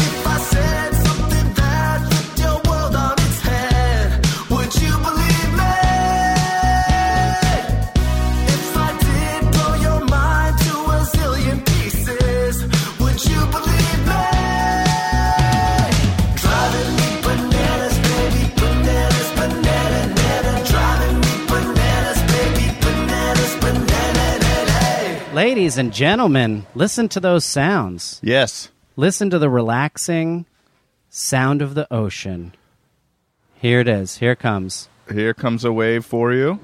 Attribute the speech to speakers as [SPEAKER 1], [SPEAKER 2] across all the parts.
[SPEAKER 1] If I said something that flipped your world on its head, would you believe me? If I did blow your mind to a zillion pieces, would you believe me? Driving me bananas, baby, bananas, banana, banana. Driving me bananas, baby, bananas, banana, banana.
[SPEAKER 2] Ladies and gentlemen, listen to those sounds.
[SPEAKER 3] Yes.
[SPEAKER 2] Listen to the relaxing sound of the ocean. Here it is. Here it comes.
[SPEAKER 3] Here comes a wave for you.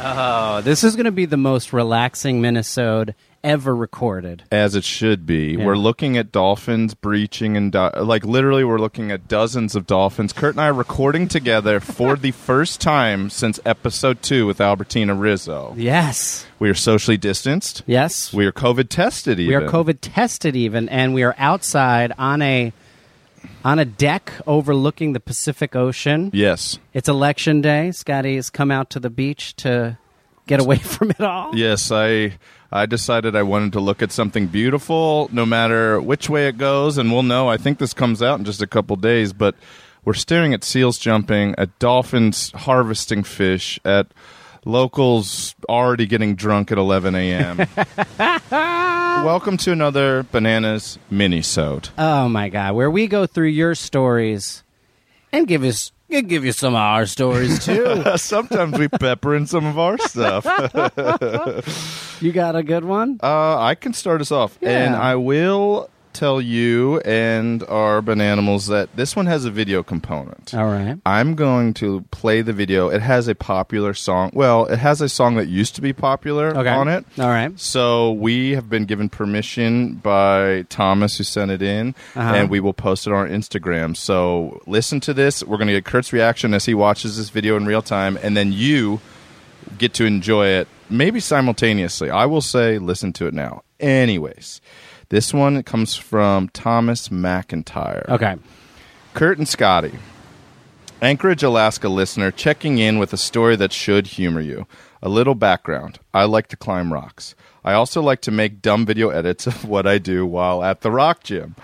[SPEAKER 2] Oh, this is going to be the most relaxing Minnesota ever recorded.
[SPEAKER 3] As it should be. We're looking at dolphins breaching and di- like literally we're looking at dozens of dolphins. Kurt and I are recording together for the first time since episode 2 with Albertina Rizzo.
[SPEAKER 2] Yes.
[SPEAKER 3] We are socially distanced.
[SPEAKER 2] Yes.
[SPEAKER 3] We are COVID tested even.
[SPEAKER 2] We are COVID tested even, and we are outside on a on a deck overlooking the Pacific Ocean.
[SPEAKER 3] Yes.
[SPEAKER 2] It's election day. Scotty has come out to the beach to get away from it all.
[SPEAKER 3] Yes, I I decided I wanted to look at something beautiful, no matter which way it goes, and we'll know. I think this comes out in just a couple days, but we're staring at seals jumping, at dolphins harvesting fish, at locals already getting drunk at 11 a.m. Welcome to another bananas mini-sode.
[SPEAKER 2] Oh my god, where we go through your stories and give us and give you some of our stories too.
[SPEAKER 3] Sometimes we pepper in some of our stuff.
[SPEAKER 2] you got a good one?
[SPEAKER 3] Uh, I can start us off,
[SPEAKER 2] Yeah.
[SPEAKER 3] and I will tell you and our bananimals that this one has a video component.
[SPEAKER 2] all right.
[SPEAKER 3] I'm going to play the video. It has a popular song. Well, it has a song that used to be popular
[SPEAKER 2] Okay.
[SPEAKER 3] on it.
[SPEAKER 2] All right.
[SPEAKER 3] So we have been given permission by Thomas, who sent it in, and we will post it on our Instagram. So listen to this. We're going to get Kurt's reaction as he watches this video in real time, and then you get to enjoy it maybe simultaneously. I will say, listen to it now. Anyways, this one comes from Thomas McIntyre.
[SPEAKER 2] Okay.
[SPEAKER 3] Kurt and Scotty. Anchorage, Alaska listener checking in with a story that should humor you. A little background. I like to climb rocks. I also like to make dumb video edits of what I do while at the rock gym.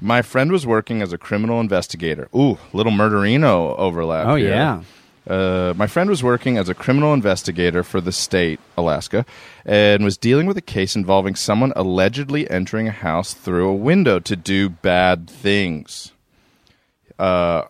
[SPEAKER 3] My friend was working as a criminal investigator. Ooh, little murderino overlap.
[SPEAKER 2] Oh
[SPEAKER 3] here.
[SPEAKER 2] yeah.
[SPEAKER 3] Uh, my friend was working as a criminal investigator for the state, Alaska, and was dealing with a case involving someone allegedly entering a house through a window to do bad things. Uh,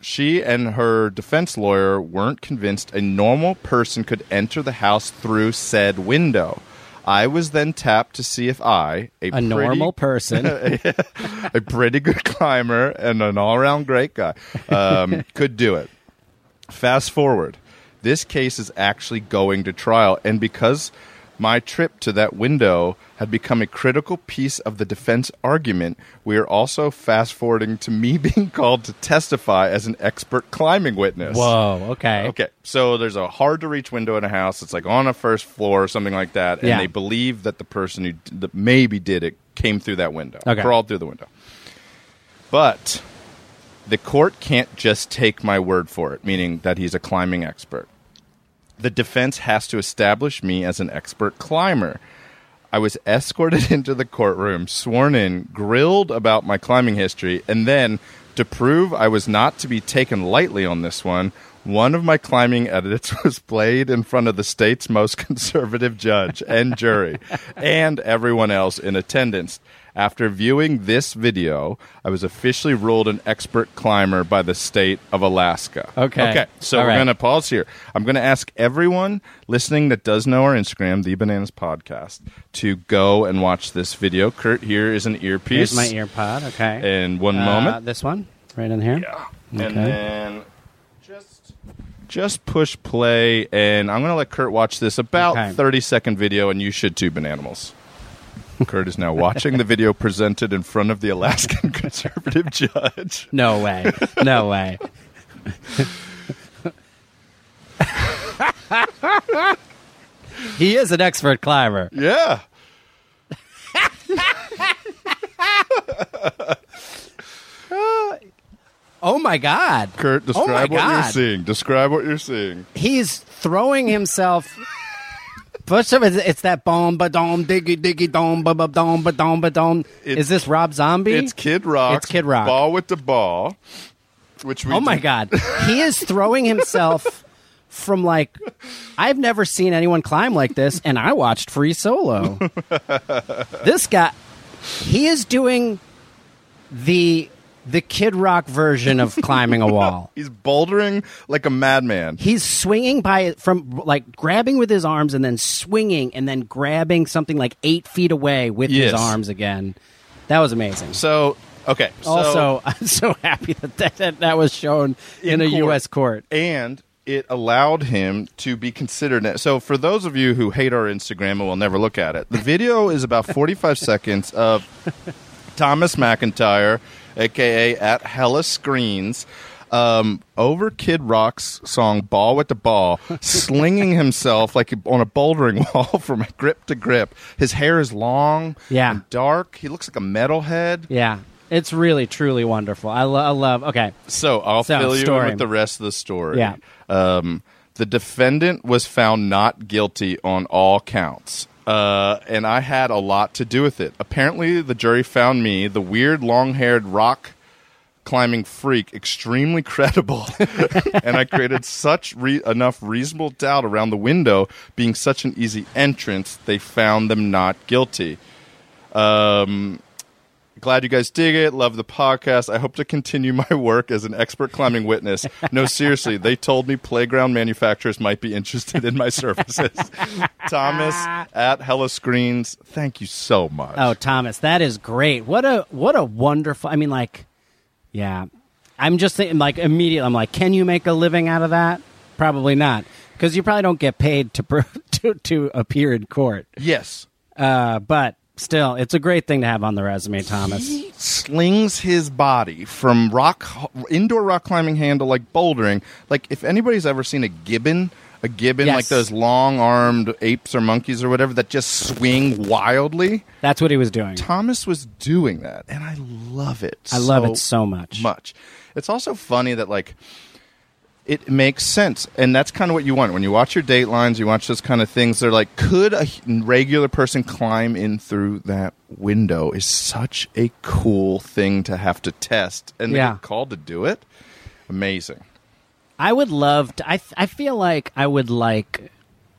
[SPEAKER 3] she and her defense lawyer weren't convinced a normal person could enter the house through said window. I was then tapped to see if I, a,
[SPEAKER 2] A
[SPEAKER 3] pretty-
[SPEAKER 2] normal person.
[SPEAKER 3] a pretty good climber and an all around great guy, um, could do it. Fast forward, this case is actually going to trial, and because my trip to that window had become a critical piece of the defense argument, we are also fast forwarding to me being called to testify as an expert climbing witness.
[SPEAKER 2] Whoa, okay.
[SPEAKER 3] Okay, so there's a hard to reach window in a house. It's like on a first floor or something like that, and
[SPEAKER 2] Yeah.
[SPEAKER 3] they believe that the person who d- that maybe did it came through that window,
[SPEAKER 2] Okay.
[SPEAKER 3] crawled through the window. But the court can't just take my word for it, meaning that he's a climbing expert. The defense has to establish me as an expert climber. I was escorted into the courtroom, sworn in, grilled about my climbing history, and then, to prove I was not to be taken lightly on this one, one of my climbing edits was played in front of the state's most conservative judge and jury and everyone else in attendance. After viewing this video, I was officially ruled an expert climber by the state of Alaska.
[SPEAKER 2] Okay.
[SPEAKER 3] Okay. So
[SPEAKER 2] All
[SPEAKER 3] we're
[SPEAKER 2] right.
[SPEAKER 3] going to pause here. I'm going to ask everyone listening that does know our Instagram, The Bananas Podcast, to go and watch this video. Kurt, here is an earpiece.
[SPEAKER 2] Here's my ear pod. Okay.
[SPEAKER 3] In one
[SPEAKER 2] Uh,
[SPEAKER 3] moment.
[SPEAKER 2] This one? Right in here? Yeah. Okay.
[SPEAKER 3] And then just just push play and I'm going to let Kurt watch this about
[SPEAKER 2] Okay.
[SPEAKER 3] 30 second video and you should too Bananimals. Kurt is now watching the video presented in front of the Alaskan conservative judge.
[SPEAKER 2] No way. No way. he is an expert climber.
[SPEAKER 3] Yeah.
[SPEAKER 2] oh my god,
[SPEAKER 3] Kurt,
[SPEAKER 2] oh my
[SPEAKER 3] describe what
[SPEAKER 2] god,
[SPEAKER 3] you're seeing. Describe what you're seeing.
[SPEAKER 2] he's throwing himself. First of all, it's, it's that bomb ba dom diggy diggy dom ba ba dom ba dom ba dom.
[SPEAKER 3] It's-
[SPEAKER 2] Is this Rob Zombie?
[SPEAKER 3] It's Kid Rock.
[SPEAKER 2] It's Kid Rock.
[SPEAKER 3] Ball with the ball. Which we
[SPEAKER 2] Oh my
[SPEAKER 3] did-
[SPEAKER 2] god, he is throwing himself from like I've never seen anyone climb like this, and I watched Free Solo. this guy, he is doing the the Kid Rock version of climbing a wall.
[SPEAKER 3] He's bouldering like a madman.
[SPEAKER 2] He's swinging by from like grabbing with his arms and then swinging and then grabbing something like eight feet away with his
[SPEAKER 3] Yes.
[SPEAKER 2] arms again. That was amazing.
[SPEAKER 3] So okay. So,
[SPEAKER 2] also, I'm so happy that that, that, that was shown in,
[SPEAKER 3] In
[SPEAKER 2] a
[SPEAKER 3] court.
[SPEAKER 2] U.S. court.
[SPEAKER 3] and it allowed him to be considered. an- So, for those of you who hate our Instagram and will never look at it, the video is about 45 seconds of Thomas McIntyre, aka at Hella Screens, um, over Kid Rock's song "Ball with the Ball," slinging himself like on a bouldering wall from grip to grip. His hair is long,
[SPEAKER 2] Yeah.
[SPEAKER 3] and dark. He looks like a metalhead.
[SPEAKER 2] Yeah, it's really truly wonderful. I, lo- I love. Okay,
[SPEAKER 3] So I'll
[SPEAKER 2] So,
[SPEAKER 3] fill you
[SPEAKER 2] story.
[SPEAKER 3] in with the rest of the story.
[SPEAKER 2] Yeah.
[SPEAKER 3] Um, the defendant was found not guilty on all counts. Uh, and I had a lot to do with it. Apparently, the jury found me, the weird long haired rock climbing freak, extremely credible. and I created such re- enough reasonable doubt around the window being such an easy entrance, they found them not guilty. Glad you guys dig it. Love the podcast. I hope to continue my work as an expert climbing witness. No, seriously, they told me playground manufacturers might be interested in my services. Thomas at Hella Screens, thank you so much.
[SPEAKER 2] oh Thomas, that is great. What a what a wonderful. I mean, like, yeah. I'm just thinking, like, immediately. I'm like, can you make a living out of that? Probably not, because you probably don't get paid to pro- to to appear in court.
[SPEAKER 3] yes.
[SPEAKER 2] Uh, but still, it's a great thing to have on the resume, Thomas.
[SPEAKER 3] He slings his body from rock indoor rock climbing handle like bouldering. Like if anybody's ever seen a gibbon, a gibbon
[SPEAKER 2] Yes.
[SPEAKER 3] like those long-armed apes or monkeys or whatever that just swing wildly.
[SPEAKER 2] That's what he was doing.
[SPEAKER 3] Thomas was doing that, and I love it.
[SPEAKER 2] I love it so much.
[SPEAKER 3] much. It's also funny that like it makes sense, and that's kind of what you want when you watch your datelines. You watch those kind of things. They're like, could a h- regular person climb in through that window? Is such a cool thing to have to test, and they
[SPEAKER 2] Yeah.
[SPEAKER 3] get called to do it. Amazing.
[SPEAKER 2] I would love to. I th- I feel like I would like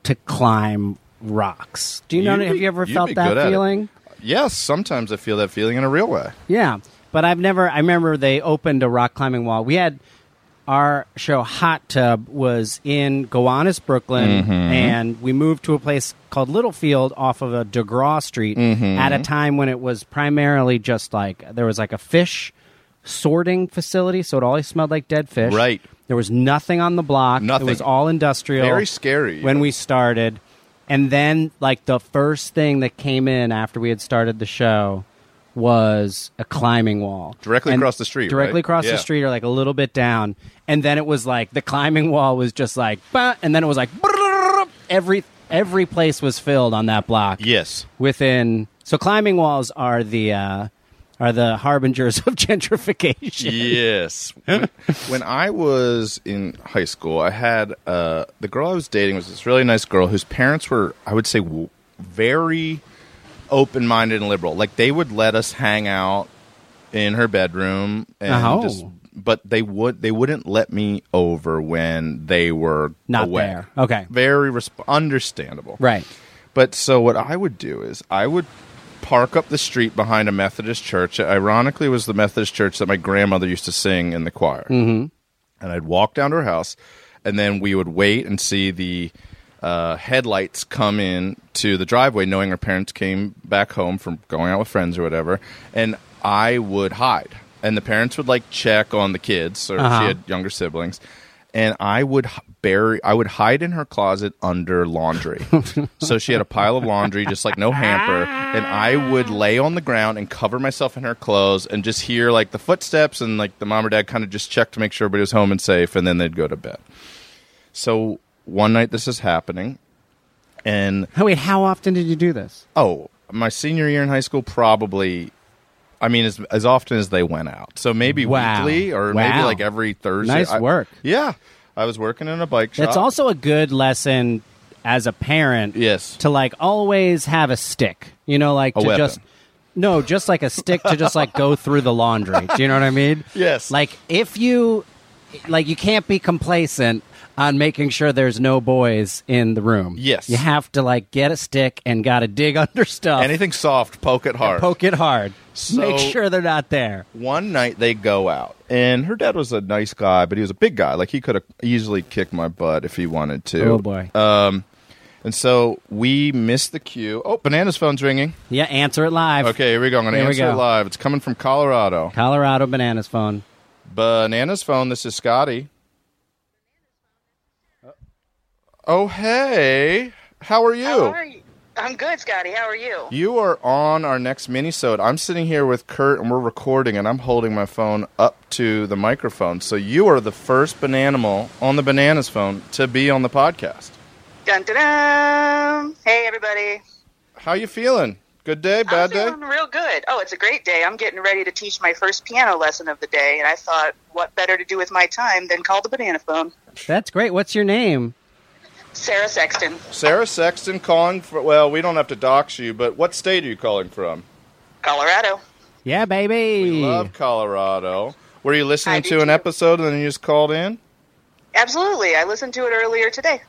[SPEAKER 2] to climb rocks. Do you know?
[SPEAKER 3] You'd
[SPEAKER 2] have
[SPEAKER 3] be-
[SPEAKER 2] you ever
[SPEAKER 3] you'd
[SPEAKER 2] felt
[SPEAKER 3] be
[SPEAKER 2] that
[SPEAKER 3] good at it.
[SPEAKER 2] feeling?
[SPEAKER 3] Yes, sometimes I feel that feeling in a real way.
[SPEAKER 2] Yeah, but I've never. I remember they opened a rock climbing wall. We had our show Hot Tub was in Gowanus, Brooklyn,
[SPEAKER 3] Mm-hmm.
[SPEAKER 2] and we moved to a place called Littlefield off of a DeGraw Street
[SPEAKER 3] Mm-hmm.
[SPEAKER 2] at a time when it was primarily just like there was like a fish sorting facility, so it always smelled like dead fish.
[SPEAKER 3] Right.
[SPEAKER 2] There was nothing on the block.
[SPEAKER 3] Nothing.
[SPEAKER 2] It was all industrial.
[SPEAKER 3] Very scary.
[SPEAKER 2] When we started, and then like the first thing that came in after we had started the show was a climbing wall
[SPEAKER 3] Directly
[SPEAKER 2] And
[SPEAKER 3] across the street,
[SPEAKER 2] Directly
[SPEAKER 3] right?
[SPEAKER 2] across
[SPEAKER 3] Yeah.
[SPEAKER 2] the street, or like a little bit down, and then it was like the climbing wall was just like, bah, and then it was like brrrr, every every place was filled on that block.
[SPEAKER 3] Yes.
[SPEAKER 2] within so climbing walls are the uh, are the harbingers of gentrification.
[SPEAKER 3] Yes. When- when I was in high school, I had uh, the girl I was dating was this really nice girl whose parents were, I would say, w- very open minded and liberal. Like they would let us hang out in her bedroom and
[SPEAKER 2] Oh.
[SPEAKER 3] just. But they would they wouldn't let me over when they were
[SPEAKER 2] Not
[SPEAKER 3] away.
[SPEAKER 2] there. Okay.
[SPEAKER 3] Very resp- understandable.
[SPEAKER 2] Right.
[SPEAKER 3] But so what I would do is I would park up the street behind a Methodist church. It ironically was the Methodist church that my grandmother used to sing in the choir. Mm-hmm. And I'd walk down to her house, and then we would wait and see the uh, headlights come in to the driveway, knowing her parents came back home from going out with friends or whatever. And I would hide, and the parents would like check on the kids, or
[SPEAKER 2] Uh-huh.
[SPEAKER 3] she had younger siblings. And I would h- bury, I would hide in her closet under laundry. so she had a pile of laundry, just like no hamper. And I would lay on the ground and cover myself in her clothes and just hear like the footsteps and like the mom or dad kind of just check to make sure everybody was home and safe. And then they'd go to bed. So one night this is happening. And
[SPEAKER 2] Oh, wait, how often did you do this?
[SPEAKER 3] oh, my senior year in high school, probably I mean, as as often as they went out. So maybe
[SPEAKER 2] Wow.
[SPEAKER 3] weekly or maybe
[SPEAKER 2] Wow.
[SPEAKER 3] like every Thursday.
[SPEAKER 2] Nice
[SPEAKER 3] I-
[SPEAKER 2] work.
[SPEAKER 3] Yeah, I was working in a bike shop.
[SPEAKER 2] That's also a good lesson as a parent.
[SPEAKER 3] Yes.
[SPEAKER 2] To like always have a stick. You know, like
[SPEAKER 3] A
[SPEAKER 2] to
[SPEAKER 3] weapon.
[SPEAKER 2] just no, just like a stick to just like go through the laundry. Do you know what I mean?
[SPEAKER 3] Yes.
[SPEAKER 2] Like if you like you can't be complacent on making sure there's no boys in the room.
[SPEAKER 3] Yes.
[SPEAKER 2] You have to like get a stick and gotta dig under stuff.
[SPEAKER 3] Anything soft, poke it hard.
[SPEAKER 2] poke it hard.
[SPEAKER 3] So-
[SPEAKER 2] Make sure they're not there.
[SPEAKER 3] one night they go out and her dad was a nice guy but he was a big guy like he could have easily kicked my butt if he wanted to
[SPEAKER 2] Oh boy.
[SPEAKER 3] uh, and so we missed the cue oh banana's phone's ringing
[SPEAKER 2] yeah, answer it live.
[SPEAKER 3] okay here we go i'm gonna
[SPEAKER 2] Here we
[SPEAKER 3] answer it
[SPEAKER 2] go.
[SPEAKER 3] live it's coming from colorado
[SPEAKER 2] Colorado bananas phone.
[SPEAKER 3] banana's phone this is scotty oh hey how are you
[SPEAKER 4] How are you? I'm good, Scotty. How are you?
[SPEAKER 3] You are on our next minisode. I'm sitting here with Kurt and we're recording and I'm holding my phone up to the microphone. So you are the first bananimal on the bananas phone to be on the podcast.
[SPEAKER 4] Dun, dun, dun. Hey, everybody.
[SPEAKER 3] How you feeling? Good day,
[SPEAKER 4] I'm
[SPEAKER 3] bad day?
[SPEAKER 4] feeling real good. Oh, it's a great day. I'm getting ready to teach my first piano lesson of the day, and I thought, what better to do with my time than call the banana phone?
[SPEAKER 2] That's great. What's your name?
[SPEAKER 4] Sarah Sexton,
[SPEAKER 3] Sarah Sexton calling for well, we don't have to dox you, but what state are you calling from?
[SPEAKER 4] Colorado.
[SPEAKER 2] Yeah, baby.
[SPEAKER 3] Love Colorado. Were you
[SPEAKER 4] I
[SPEAKER 3] listening
[SPEAKER 4] do
[SPEAKER 3] to an
[SPEAKER 4] too.
[SPEAKER 3] episode and then you just called in?
[SPEAKER 4] Absolutely. I listened to it earlier today.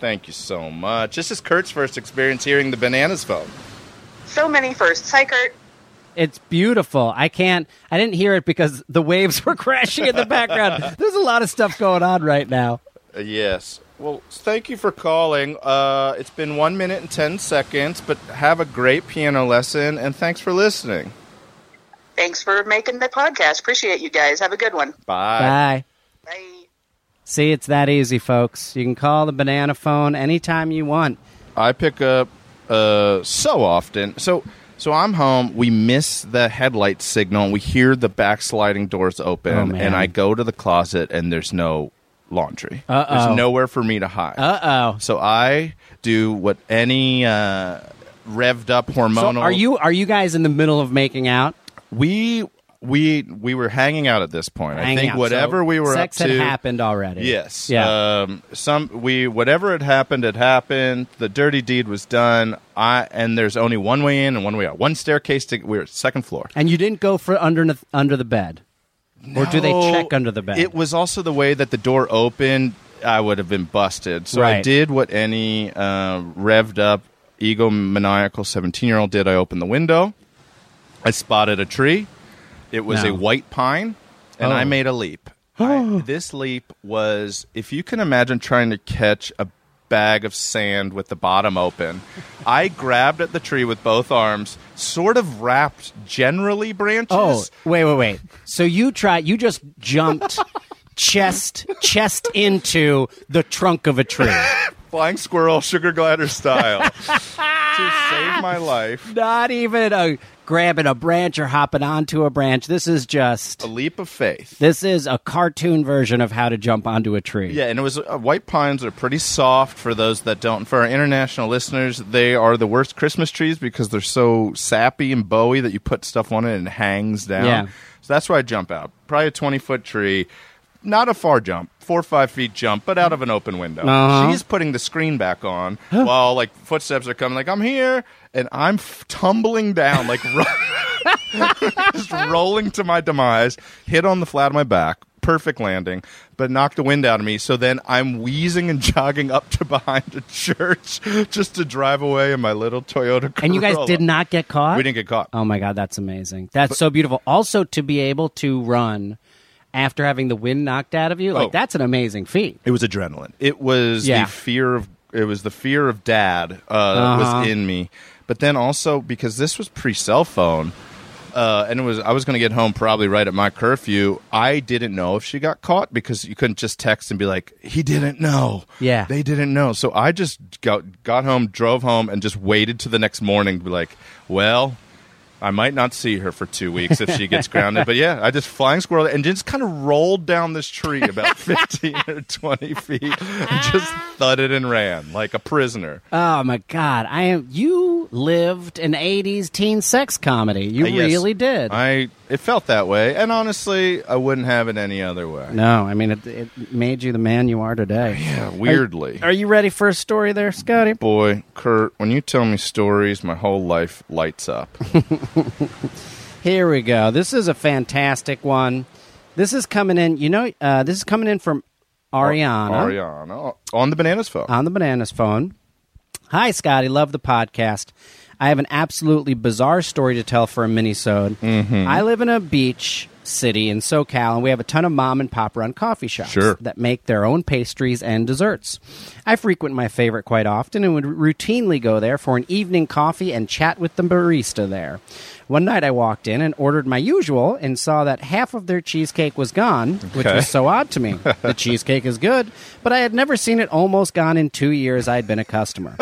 [SPEAKER 3] Thank you so much. This is Kurt's first experience hearing the bananas phone.
[SPEAKER 4] So many firsts. Hi, Kurt.
[SPEAKER 2] It's beautiful. I can't. I didn't hear it because the waves were crashing in the background. There's a lot of stuff going on right now.
[SPEAKER 3] Uh, Yes. Well, thank you for calling. Uh, it's been one minute and 10 seconds, but have a great piano lesson and thanks for listening.
[SPEAKER 4] Thanks for making the podcast. Appreciate you guys. Have a good one.
[SPEAKER 2] Bye.
[SPEAKER 3] Bye.
[SPEAKER 4] Bye.
[SPEAKER 2] See, it's that easy, folks. You can call the banana phone anytime you want.
[SPEAKER 3] I pick up uh, so often. So, so I'm home. We miss the headlight signal. And we hear the backsliding doors
[SPEAKER 2] Oh,
[SPEAKER 3] open,
[SPEAKER 2] man.
[SPEAKER 3] and I go to the closet, and there's no laundry.
[SPEAKER 2] Uh-oh.
[SPEAKER 3] There's nowhere for me to hide.
[SPEAKER 2] Uh oh.
[SPEAKER 3] So I do what any uh, revved up
[SPEAKER 2] So
[SPEAKER 3] hormonal.
[SPEAKER 2] are you are you guys in the middle of making out?
[SPEAKER 3] we we we were hanging out at this point. I
[SPEAKER 2] Hanging
[SPEAKER 3] think
[SPEAKER 2] out.
[SPEAKER 3] whatever
[SPEAKER 2] So
[SPEAKER 3] we were
[SPEAKER 2] sex
[SPEAKER 3] up to
[SPEAKER 2] had happened already.
[SPEAKER 3] Yes.
[SPEAKER 2] Yeah.
[SPEAKER 3] Um, some we whatever had happened had happened. The dirty deed was done. I and there's only one way in and one way out. One staircase to we were second floor.
[SPEAKER 2] and you didn't go for under under the bed, or do they
[SPEAKER 3] No,
[SPEAKER 2] check under the bed?
[SPEAKER 3] It was also the way that the door opened. I would have been busted. So I
[SPEAKER 2] Right.
[SPEAKER 3] did what any uh, revved up egomaniacal 17 year old did. I opened the window. I spotted a tree. It was
[SPEAKER 2] No.
[SPEAKER 3] a white pine, and I
[SPEAKER 2] Oh.
[SPEAKER 3] made a leap. I, this leap was, if you can imagine trying to catch a bag of sand with the bottom open, I grabbed at the tree with both arms, sort of wrapped generally branches.
[SPEAKER 2] Oh, wait, wait, wait. So you try you just jumped chest chest into the trunk of a tree.
[SPEAKER 3] flying squirrel sugar glider style to save my life
[SPEAKER 2] Not even a grabbing a branch or hopping onto a branch. This is just
[SPEAKER 3] a leap of faith
[SPEAKER 2] this is a cartoon version of how to jump onto a tree.
[SPEAKER 3] yeah and it was uh, white pines are pretty soft for those that don't for our international listeners they are the worst christmas trees because they're so sappy and bowy that you put stuff on it and it hangs down
[SPEAKER 2] Yeah.
[SPEAKER 3] so that's why i jump out probably a 20 foot tree not a far jump four or five feet jump but out of an open window
[SPEAKER 2] Uh-huh.
[SPEAKER 3] she's putting the screen back on while like footsteps are coming like i'm here and i'm f- tumbling down like right just rolling to my demise, hit on the flat of my back, perfect landing, but knocked the wind out of me. So then I'm wheezing and jogging up to behind a church just to drive away in my little Toyota Corolla.
[SPEAKER 2] And you guys did not get caught?
[SPEAKER 3] We didn't get caught.
[SPEAKER 2] Oh my god, that's amazing. That's so beautiful. Also to be able to run after having the wind knocked out of you, like
[SPEAKER 3] Oh.
[SPEAKER 2] that's an amazing feat.
[SPEAKER 3] It was adrenaline. It was
[SPEAKER 2] Yeah.
[SPEAKER 3] the fear of it was the fear of dad uh,
[SPEAKER 2] Uh-huh.
[SPEAKER 3] was in me. But then also because this was pre cell phone, uh, and it was I was going to get home probably right at my curfew. I didn't know if she got caught because you couldn't just text and be like, "He didn't know."
[SPEAKER 2] Yeah.
[SPEAKER 3] they didn't know. So I just got got home, drove home, and just waited to the next morning to be like, "Well." I might not see her for two weeks if she gets grounded. But yeah, I just flying squirrel and just kind of rolled down this tree about 15 or 20 feet and just thudded and ran like a prisoner.
[SPEAKER 2] Oh my god, I am you you lived an 80s teen sex comedy. You
[SPEAKER 3] Uh, yes,
[SPEAKER 2] really did.
[SPEAKER 3] I it felt that way, and honestly, I wouldn't have it any other way.
[SPEAKER 2] no, I mean, it, it made you the man you are today.
[SPEAKER 3] Oh, Yeah, weirdly.
[SPEAKER 2] Are you ready for a story there, Scotty?
[SPEAKER 3] Boy, Kurt, when you tell me stories, my whole life lights up.
[SPEAKER 2] Here we go. This is a fantastic one. This is coming in, you know, uh, this is coming in from Ariana. Uh,
[SPEAKER 3] Ariana. On the bananas phone.
[SPEAKER 2] on the bananas phone. Hi, Scotty. Love the podcast. I have an absolutely bizarre story to tell for a minisode.
[SPEAKER 3] Mm-hmm.
[SPEAKER 2] I live in a beach city in SoCal, and we have a ton of mom and pop run coffee shops
[SPEAKER 3] Sure.
[SPEAKER 2] that make their own pastries and desserts. I frequent my favorite quite often and would routinely go there for an evening coffee and chat with the barista there. One night I walked in and ordered my usual and saw that half of their cheesecake was gone, which
[SPEAKER 3] Okay.
[SPEAKER 2] was so odd to me. the cheesecake is good, but I had never seen it almost gone in two years I'd been a customer.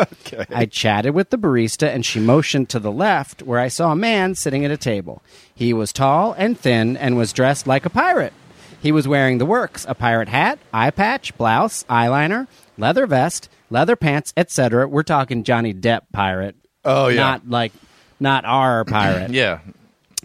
[SPEAKER 2] I chatted with the barista and she motioned to the left where I saw a man sitting at a table. He was tall and thin and was dressed like a pirate. He was wearing the works a pirate hat, eye patch, blouse, eyeliner, leather vest, leather pants, etc. We're talking Johnny Depp pirate.
[SPEAKER 3] Oh, yeah.
[SPEAKER 2] Not like, not our pirate.
[SPEAKER 3] yeah.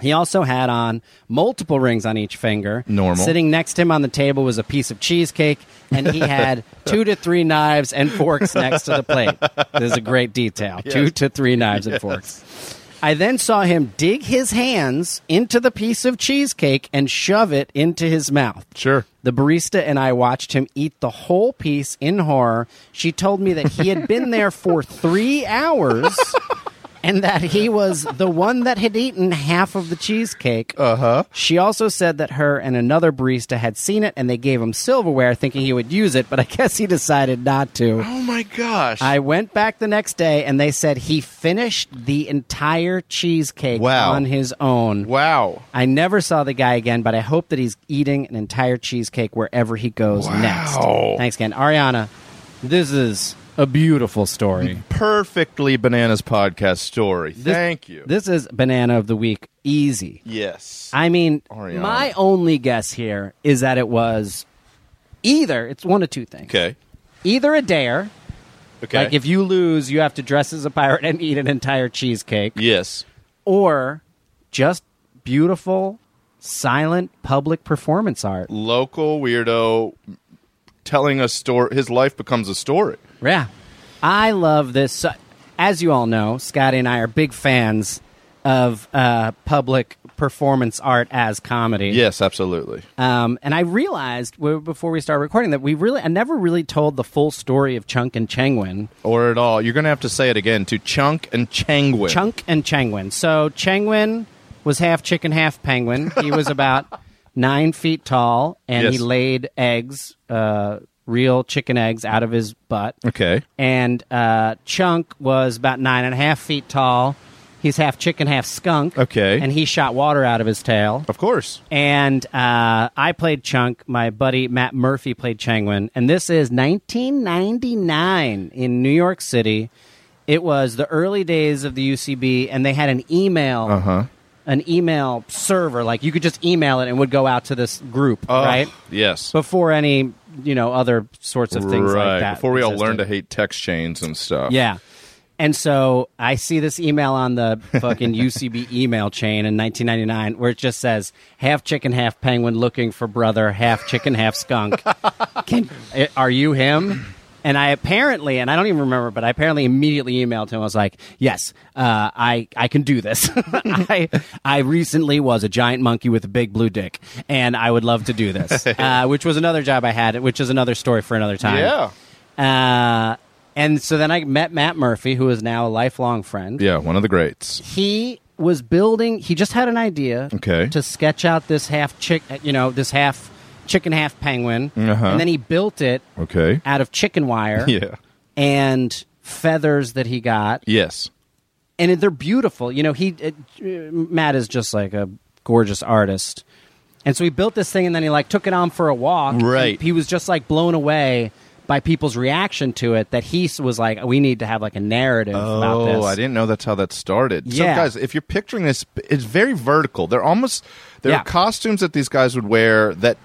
[SPEAKER 2] He also had on multiple rings on each finger.
[SPEAKER 3] Normal.
[SPEAKER 2] Sitting next to him on the table was a piece of cheesecake, and he had two to three knives and forks next to the plate. This is a great detail. Two to three knives and forks. I then saw him dig his hands into the piece of cheesecake and shove it into his mouth.
[SPEAKER 3] Sure.
[SPEAKER 2] The barista and I watched him eat the whole piece in horror. She told me that he had been there for three hours and that he was the one that had eaten half of the cheesecake. Uh huh. She also said that her and another barista had seen it and they gave him silverware thinking he would use it, but I guess he decided not to.
[SPEAKER 3] Oh my gosh.
[SPEAKER 2] I went back the next day and they said he finished the entire cheesecake
[SPEAKER 3] Wow.
[SPEAKER 2] on his own.
[SPEAKER 3] wow.
[SPEAKER 2] I never saw the guy again, but I hope that he's eating an entire cheesecake wherever he goes next. Thanks again, Ariana. This is a beautiful story.
[SPEAKER 3] Perfectly bananas podcast story.
[SPEAKER 2] This-
[SPEAKER 3] Thank you.
[SPEAKER 2] This is banana of the week, easy.
[SPEAKER 3] yes.
[SPEAKER 2] I mean,
[SPEAKER 3] Ariana.
[SPEAKER 2] my only guess here is that it was either it's one of two things.
[SPEAKER 3] okay.
[SPEAKER 2] Either a dare,
[SPEAKER 3] Okay.
[SPEAKER 2] like if you lose, you have to dress as a pirate and eat an entire cheesecake,
[SPEAKER 3] yes.
[SPEAKER 2] or just beautiful silent public performance art.
[SPEAKER 3] Local weirdo telling a story. His life becomes a story.
[SPEAKER 2] Yeah. I love this. So- As you all know, Scotty and I are big fans of uh, public performance art as comedy.
[SPEAKER 3] Yes, absolutely.
[SPEAKER 2] Um, and I realized w- before we started recording that we really, I never really told the full story of Chunk and Changwin.
[SPEAKER 3] Or at all. You're going to have to say it again to Chunk and Changwin.
[SPEAKER 2] Chunk and Changwin. So Changwin was half chicken, half penguin. He was about nine feet tall and he
[SPEAKER 3] Yes.
[SPEAKER 2] laid eggs, uh, real chicken eggs out of his butt.
[SPEAKER 3] Okay.
[SPEAKER 2] and uh, Chunk was about nine and a half feet tall. He's half chicken, half skunk.
[SPEAKER 3] Okay.
[SPEAKER 2] and he shot water out of his tail.
[SPEAKER 3] Of course.
[SPEAKER 2] And uh, I played Chunk. My buddy Matt Murphy played Changwin. And this is 1999 in New York City. It was the early days of the UCB, and they had an email.
[SPEAKER 3] Uh-huh.
[SPEAKER 2] An email server, like you could just email it and it would go out to this group,
[SPEAKER 3] Oh,
[SPEAKER 2] right?
[SPEAKER 3] Yes.
[SPEAKER 2] Before any, you know, other sorts of things
[SPEAKER 3] right.
[SPEAKER 2] like that.
[SPEAKER 3] Before we all
[SPEAKER 2] existed.
[SPEAKER 3] learned to hate text chains and stuff.
[SPEAKER 2] Yeah. And so I see this email on the fucking UCB email chain in 1999 where it just says half chicken, half penguin looking for brother, half chicken, half skunk. Can, eh, are you him? And I apparently, and I don't even remember, but I apparently immediately emailed him. I was like, "Yes, uh, I I can do this. I I recently was a giant monkey with a big blue dick, and I would love to do this." Uh, which was another job I had, which is another story for another time.
[SPEAKER 3] Yeah.
[SPEAKER 2] Uh, and so then I met Matt Murphy, who is now a lifelong friend.
[SPEAKER 3] Yeah, one of the greats.
[SPEAKER 2] He was building. He just had an idea.
[SPEAKER 3] Okay.
[SPEAKER 2] To sketch out this half chick, uh, you know, this half chicken, half penguin,
[SPEAKER 3] Uh-huh.
[SPEAKER 2] and then he built it
[SPEAKER 3] Okay.
[SPEAKER 2] out of chicken wire.
[SPEAKER 3] Yeah.
[SPEAKER 2] And feathers that he got,
[SPEAKER 3] Yes.
[SPEAKER 2] and they're beautiful. You know, he uh, Matt is just like a gorgeous artist, and so he built this thing, and then he like took it on for a walk. and
[SPEAKER 3] Right.
[SPEAKER 2] he was just like blown away by people's reaction to it. That he s- was like, we need to have like a narrative about this.
[SPEAKER 3] Oh, I didn't know that's how that started.
[SPEAKER 2] Yeah.
[SPEAKER 3] So, guys, if you're picturing this, it's very vertical. They're almost there
[SPEAKER 2] Yeah.
[SPEAKER 3] are costumes that these guys would wear that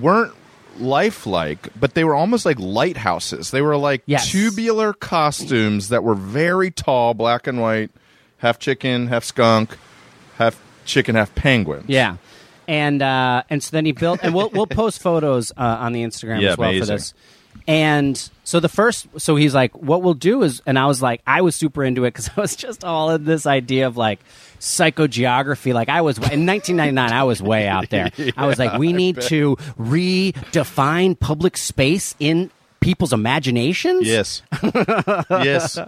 [SPEAKER 3] weren't lifelike, but they were almost like lighthouses. They were like
[SPEAKER 2] Yes.
[SPEAKER 3] tubular costumes that were very tall, black and white, half chicken, half skunk, half chicken, half penguin.
[SPEAKER 2] Yeah, and uh, and so then he built, and we'll we'll post photos uh, on the Instagram
[SPEAKER 3] Yeah,
[SPEAKER 2] as well for
[SPEAKER 3] amazing.
[SPEAKER 2] this. And so the first, so he's like, "What we'll do is," and I was like, I was super into it because I was just all in this idea of like psychogeography. Like I was in 1999, I was way out there. I was like, we need to redefine public space in people's imaginations.
[SPEAKER 3] Yes. yes.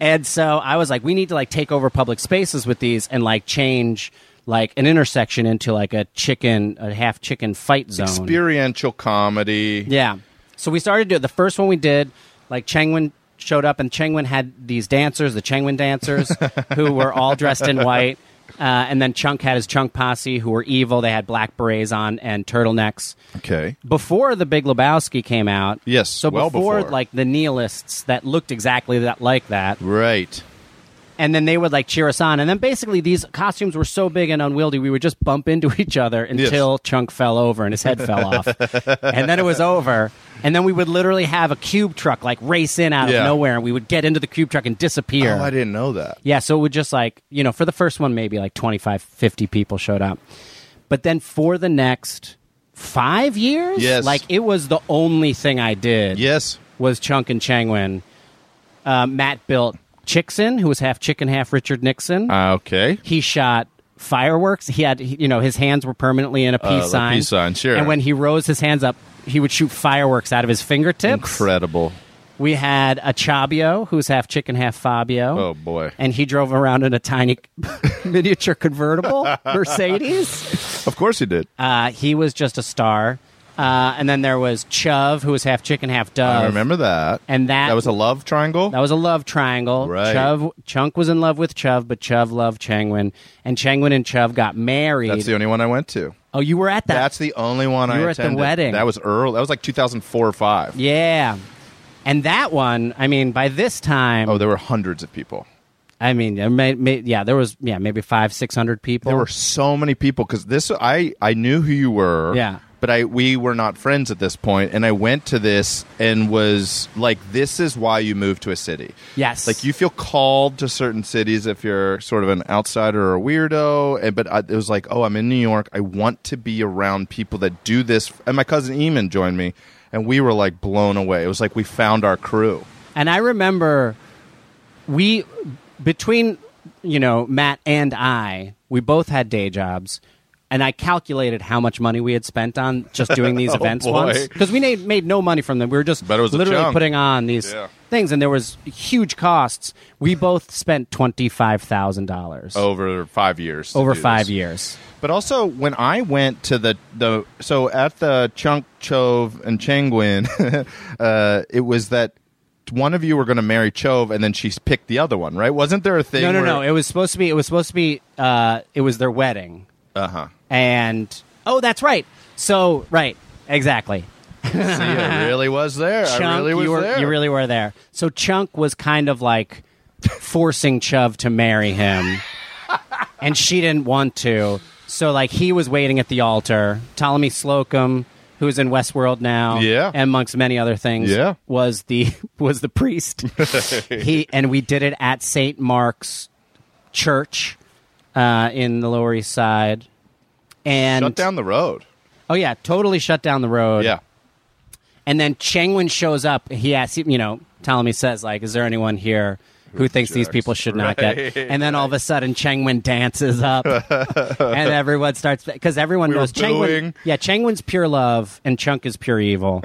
[SPEAKER 2] And so I was like, we need to like take over public spaces with these and like change like an intersection into like a chicken, a half chicken fight zone.
[SPEAKER 3] Experiential comedy.
[SPEAKER 2] Yeah. So we started to the first one we did, like Changwon showed up and Changwon had these dancers, the Changwon dancers, who were all dressed in white. Uh, and then Chunk had his Chunk posse, who were evil. They had black berets on and turtlenecks
[SPEAKER 3] Okay.
[SPEAKER 2] before the Big Lebowski came out.
[SPEAKER 3] Yes,
[SPEAKER 2] so
[SPEAKER 3] well
[SPEAKER 2] before,
[SPEAKER 3] before.
[SPEAKER 2] like the nihilists that looked exactly that like that,
[SPEAKER 3] Right.
[SPEAKER 2] and then they would like cheer us on. And then basically these costumes were so big and unwieldy, we would just bump into each other until Chunk fell over and his head fell off, and then it was over. And then we would literally have a cube truck like race in out
[SPEAKER 3] Yeah.
[SPEAKER 2] of nowhere, and we would get into the cube truck and disappear.
[SPEAKER 3] Oh, I didn't know that.
[SPEAKER 2] Yeah, so it would just like, you know, for the first one, maybe like 25, 50 people showed up. But then for the next five years,
[SPEAKER 3] Yes.
[SPEAKER 2] like it was the only thing I did
[SPEAKER 3] Yes.
[SPEAKER 2] was Chunk and Changwin. Uh, Matt built Chickson, who was half chicken, half Richard Nixon.
[SPEAKER 3] Uh, okay.
[SPEAKER 2] he shot fireworks. He had, he- you know, his hands were permanently in a peace
[SPEAKER 3] Uh, the
[SPEAKER 2] sign.
[SPEAKER 3] peace sign, sure.
[SPEAKER 2] And when he rose his hands up, he would shoot fireworks out of his fingertips.
[SPEAKER 3] Incredible.
[SPEAKER 2] We had a Chabio, who's half chicken, half Fabio.
[SPEAKER 3] Oh, boy.
[SPEAKER 2] And he drove around in a tiny miniature convertible Mercedes.
[SPEAKER 3] Of course he did.
[SPEAKER 2] Uh, he was just a star. Uh, and then there was Chuv, who was half chicken, half dove.
[SPEAKER 3] I remember that.
[SPEAKER 2] Uh, and that-
[SPEAKER 3] that was a love triangle.
[SPEAKER 2] That was a love triangle.
[SPEAKER 3] Right.
[SPEAKER 2] Chuv Chunk was in love with Chuv, but Chuv loved Changwin, and Changwin and Chuv got married.
[SPEAKER 3] That's the only one I went to.
[SPEAKER 2] oh, you were at that.
[SPEAKER 3] That's the only one I
[SPEAKER 2] You were at the
[SPEAKER 3] attended.
[SPEAKER 2] wedding.
[SPEAKER 3] That was early. That was like 2004 or five.
[SPEAKER 2] yeah. And that one, I mean, by this time,
[SPEAKER 3] Oh, there were hundreds of people.
[SPEAKER 2] I mean, there may, may, yeah, there was yeah maybe five, six hundred people.
[SPEAKER 3] There were so many people because this I I knew who you were.
[SPEAKER 2] Yeah.
[SPEAKER 3] But I we were not friends at this point, and I went to this and was like, "This is why you move to a city."
[SPEAKER 2] Yes.
[SPEAKER 3] like you feel called to certain cities if you're sort of an outsider or a weirdo. And but I, it was like, "Oh, I'm in New York. I want to be around people that do this." And my cousin Eamon joined me, and we were like blown away. It was like we found our crew.
[SPEAKER 2] And I remember we between you know Matt and I, we both had day jobs. And I calculated how much money we had spent on just doing these events
[SPEAKER 3] Oh, boy.
[SPEAKER 2] once because we made, made no money from them. We were just
[SPEAKER 3] Bet it was a
[SPEAKER 2] literally
[SPEAKER 3] chunk.
[SPEAKER 2] putting on these
[SPEAKER 3] Yeah.
[SPEAKER 2] things, and there was huge costs. We both spent twenty five thousand
[SPEAKER 3] Oh,
[SPEAKER 2] dollars
[SPEAKER 3] over five years. to
[SPEAKER 2] over
[SPEAKER 3] do
[SPEAKER 2] five
[SPEAKER 3] this.
[SPEAKER 2] years.
[SPEAKER 3] But also, when I went to the the so at the Chunk Chove and Changwin, uh, it was that one of you were going to marry Chove, and then she picked the other one, right? Wasn't there a thing?
[SPEAKER 2] No, no,
[SPEAKER 3] where-
[SPEAKER 2] no. It was supposed to be. It was supposed to be. Uh, it was their wedding. Uh
[SPEAKER 3] Uh-huh.
[SPEAKER 2] huh. And oh, that's right. So right, exactly.
[SPEAKER 3] See, I really was there.
[SPEAKER 2] Chunk,
[SPEAKER 3] I really was
[SPEAKER 2] you, were,
[SPEAKER 3] there.
[SPEAKER 2] you really were there. So Chunk was kind of like forcing Chuv to marry him, and she didn't want to. So like he was waiting at the altar. Ptolemy Slocum, who's in Westworld now,
[SPEAKER 3] Yeah.
[SPEAKER 2] amongst many other things,
[SPEAKER 3] Yeah.
[SPEAKER 2] was the was the priest. he and we did it at St. Mark's Church uh, in the Lower East Side, and
[SPEAKER 3] shut down the road.
[SPEAKER 2] oh yeah, totally shut down the road.
[SPEAKER 3] Yeah,
[SPEAKER 2] And then Changwin shows up. He asks, you know, Ptolemy says, like, is there anyone here who thinks these
[SPEAKER 3] jerks.
[SPEAKER 2] people should not get? And then all of a sudden, Changwin dances up, and everyone starts because everyone
[SPEAKER 3] were
[SPEAKER 2] knows Changwin.
[SPEAKER 3] booing.
[SPEAKER 2] Yeah, Changwin's pure love, and Chunk is pure evil.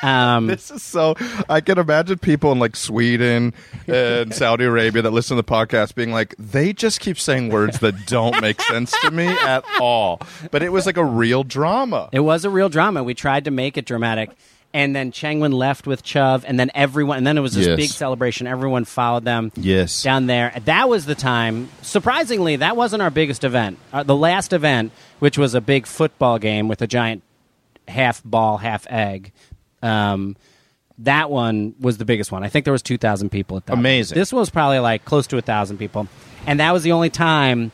[SPEAKER 2] Um,
[SPEAKER 3] this is so. I can imagine people in like Sweden and Saudi Arabia that listen to the podcast being like, they just keep saying words that don't make sense to me at all. But it was like a real drama.
[SPEAKER 2] It was a real drama. We tried to make it dramatic. And then Changwin left with Chuv, and then everyone, and then it was this
[SPEAKER 3] Yes.
[SPEAKER 2] big celebration. Everyone followed them.
[SPEAKER 3] Yes.
[SPEAKER 2] Down there. That was the time. Surprisingly, that wasn't our biggest event. Uh, the last event, which was a big football game with a giant half ball, half egg, um, that one was the biggest one. I think there was 2,000 people at that one.
[SPEAKER 3] Amazing.
[SPEAKER 2] This one was probably like close to 1,000 people. And that was the only time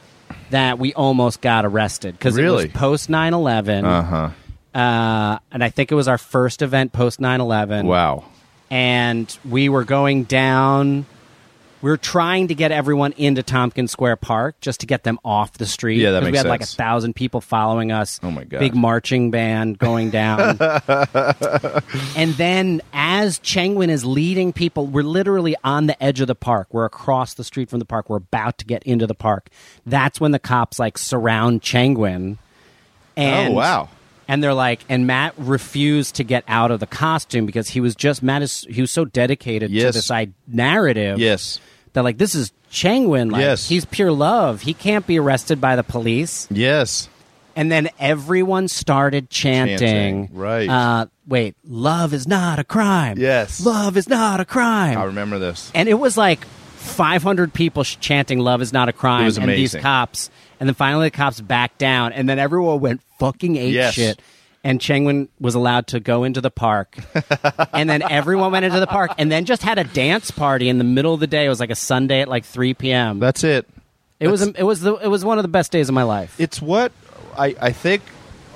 [SPEAKER 2] that we almost got arrested because
[SPEAKER 3] Really? Uh-huh.
[SPEAKER 2] it was post 9 11. Uh huh Uh, and I think it was our first event post 9 11.
[SPEAKER 3] Wow.
[SPEAKER 2] And we were going down. We were trying to get everyone into Tompkins Square Park just to get them off the street.
[SPEAKER 3] Yeah, that
[SPEAKER 2] 'cause We
[SPEAKER 3] makes
[SPEAKER 2] had like a
[SPEAKER 3] sense.
[SPEAKER 2] thousand people following us.
[SPEAKER 3] Oh, my God.
[SPEAKER 2] Big marching band going down. and then as Chengwin is leading people, we're literally on the edge of the park. We're across the street from the park. We're about to get into the park. That's when the cops like surround Chengwin. And
[SPEAKER 3] Oh, wow.
[SPEAKER 2] And they're like, and Matt refused to get out of the costume because he was just Matt is he was so dedicated to
[SPEAKER 3] Yes.
[SPEAKER 2] this I narrative.
[SPEAKER 3] Yes.
[SPEAKER 2] That like this is Changwin, like
[SPEAKER 3] Yes.
[SPEAKER 2] he's pure love. He can't be arrested by the police.
[SPEAKER 3] Yes.
[SPEAKER 2] And then everyone started chanting,
[SPEAKER 3] Chanting, right.
[SPEAKER 2] Uh, wait, love is not a crime.
[SPEAKER 3] Yes.
[SPEAKER 2] love is not a crime.
[SPEAKER 3] I remember this.
[SPEAKER 2] And it was like 500 people sh- chanting "Love is not a crime."
[SPEAKER 3] It was
[SPEAKER 2] and these
[SPEAKER 3] amazing.
[SPEAKER 2] cops, and then finally the cops backed down, and then everyone went fucking ape
[SPEAKER 3] Yes.
[SPEAKER 2] shit. And Chengwin was allowed to go into the park, and then everyone went into the park, and then just had a dance party in the middle of the day. It was like a Sunday at like 3 p.m.
[SPEAKER 3] That's it.
[SPEAKER 2] it was it was the, it was one of the best days of my life.
[SPEAKER 3] It's what I, I think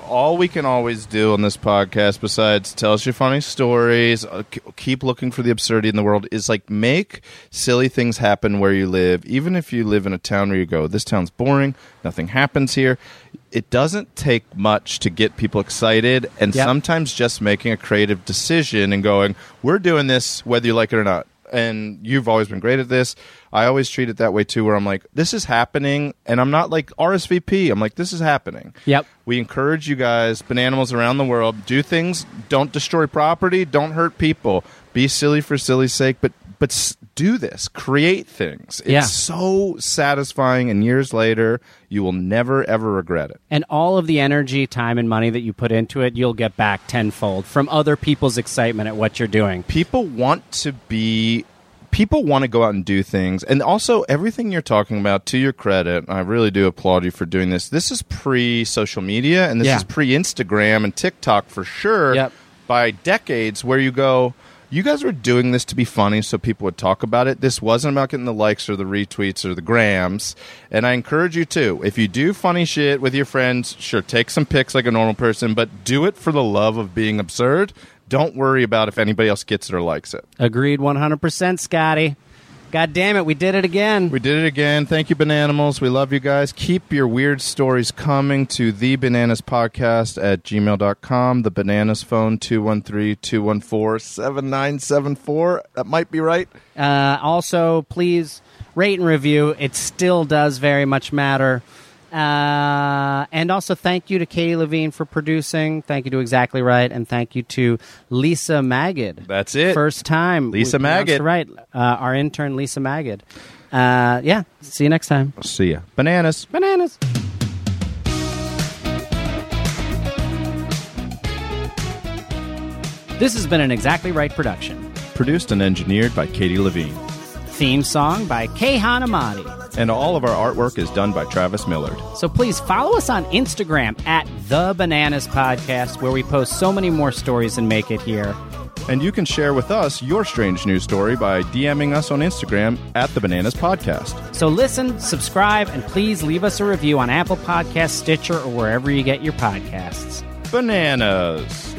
[SPEAKER 3] all we can always do on this podcast, besides tell us your funny stories, uh, k- keep looking for the absurdity in the world, is like make silly things happen where you live. Even if you live in a town where you go, this town's boring, nothing happens here. It doesn't take much to get people excited, and
[SPEAKER 2] Yep.
[SPEAKER 3] sometimes just making a creative decision and going, "We're doing this, whether you like it or not." and you've always been great at this. I always treat it that way too, where I'm like, this is happening, and I'm not like RSVP. I'm like, this is happening.
[SPEAKER 2] Yep.
[SPEAKER 3] We encourage you guys, bananimals around the world, do things. Don't destroy property. Don't hurt people. Be silly for silly's sake, but but s- do this. Create things. It's
[SPEAKER 2] Yeah.
[SPEAKER 3] so satisfying, and years later, you will never ever regret it.
[SPEAKER 2] And all of the energy, time, and money that you put into it, you'll get back tenfold from other people's excitement at what you're doing.
[SPEAKER 3] people want to be people want to go out and do things and also everything you're talking about to your credit i really do applaud you for doing this this is pre social media and this
[SPEAKER 2] Yeah.
[SPEAKER 3] is pre instagram and tiktok for sure
[SPEAKER 2] Yep.
[SPEAKER 3] by decades where you go you guys were doing this to be funny so people would talk about it this wasn't about getting the likes or the retweets or the grams and i encourage you to if you do funny shit with your friends sure take some pics like a normal person but do it for the love of being absurd don't worry about if anybody else gets it or likes it
[SPEAKER 2] Agreed 100%, Scotty. God damn it, we did it again.
[SPEAKER 3] we did it again. Thank you, Bananimals. We love you guys. Keep your weird stories coming to the bananas podcast at gmail.com. The bananas phone 213 214 7974. That might be right.
[SPEAKER 2] Uh, also, please rate and review. It still does very much matter. Uh, and also, thank you to Katie Levine for producing. Thank you to Exactly Right. And thank you to Lisa Magid.
[SPEAKER 3] That's it.
[SPEAKER 2] First time. we
[SPEAKER 3] Lisa
[SPEAKER 2] pronounced it
[SPEAKER 3] Magid.
[SPEAKER 2] Right. Uh, our intern, Lisa Magid. Uh, yeah. See you next time.
[SPEAKER 3] See ya. Bananas.
[SPEAKER 2] Bananas. This has been an Exactly Right production.
[SPEAKER 3] Produced and engineered by Katie Levine.
[SPEAKER 2] Theme song by Kay Hanamati.
[SPEAKER 3] And all of our artwork is done by Travis Millard.
[SPEAKER 2] So please follow us on Instagram at The Bananas Podcast, where we post so many more stories and make it here.
[SPEAKER 3] And you can share with us your strange news story by DMing us on Instagram at the Bananas Podcast.
[SPEAKER 2] So listen, subscribe, and please leave us a review on Apple Podcasts, Stitcher, or wherever you get your podcasts.
[SPEAKER 3] Bananas.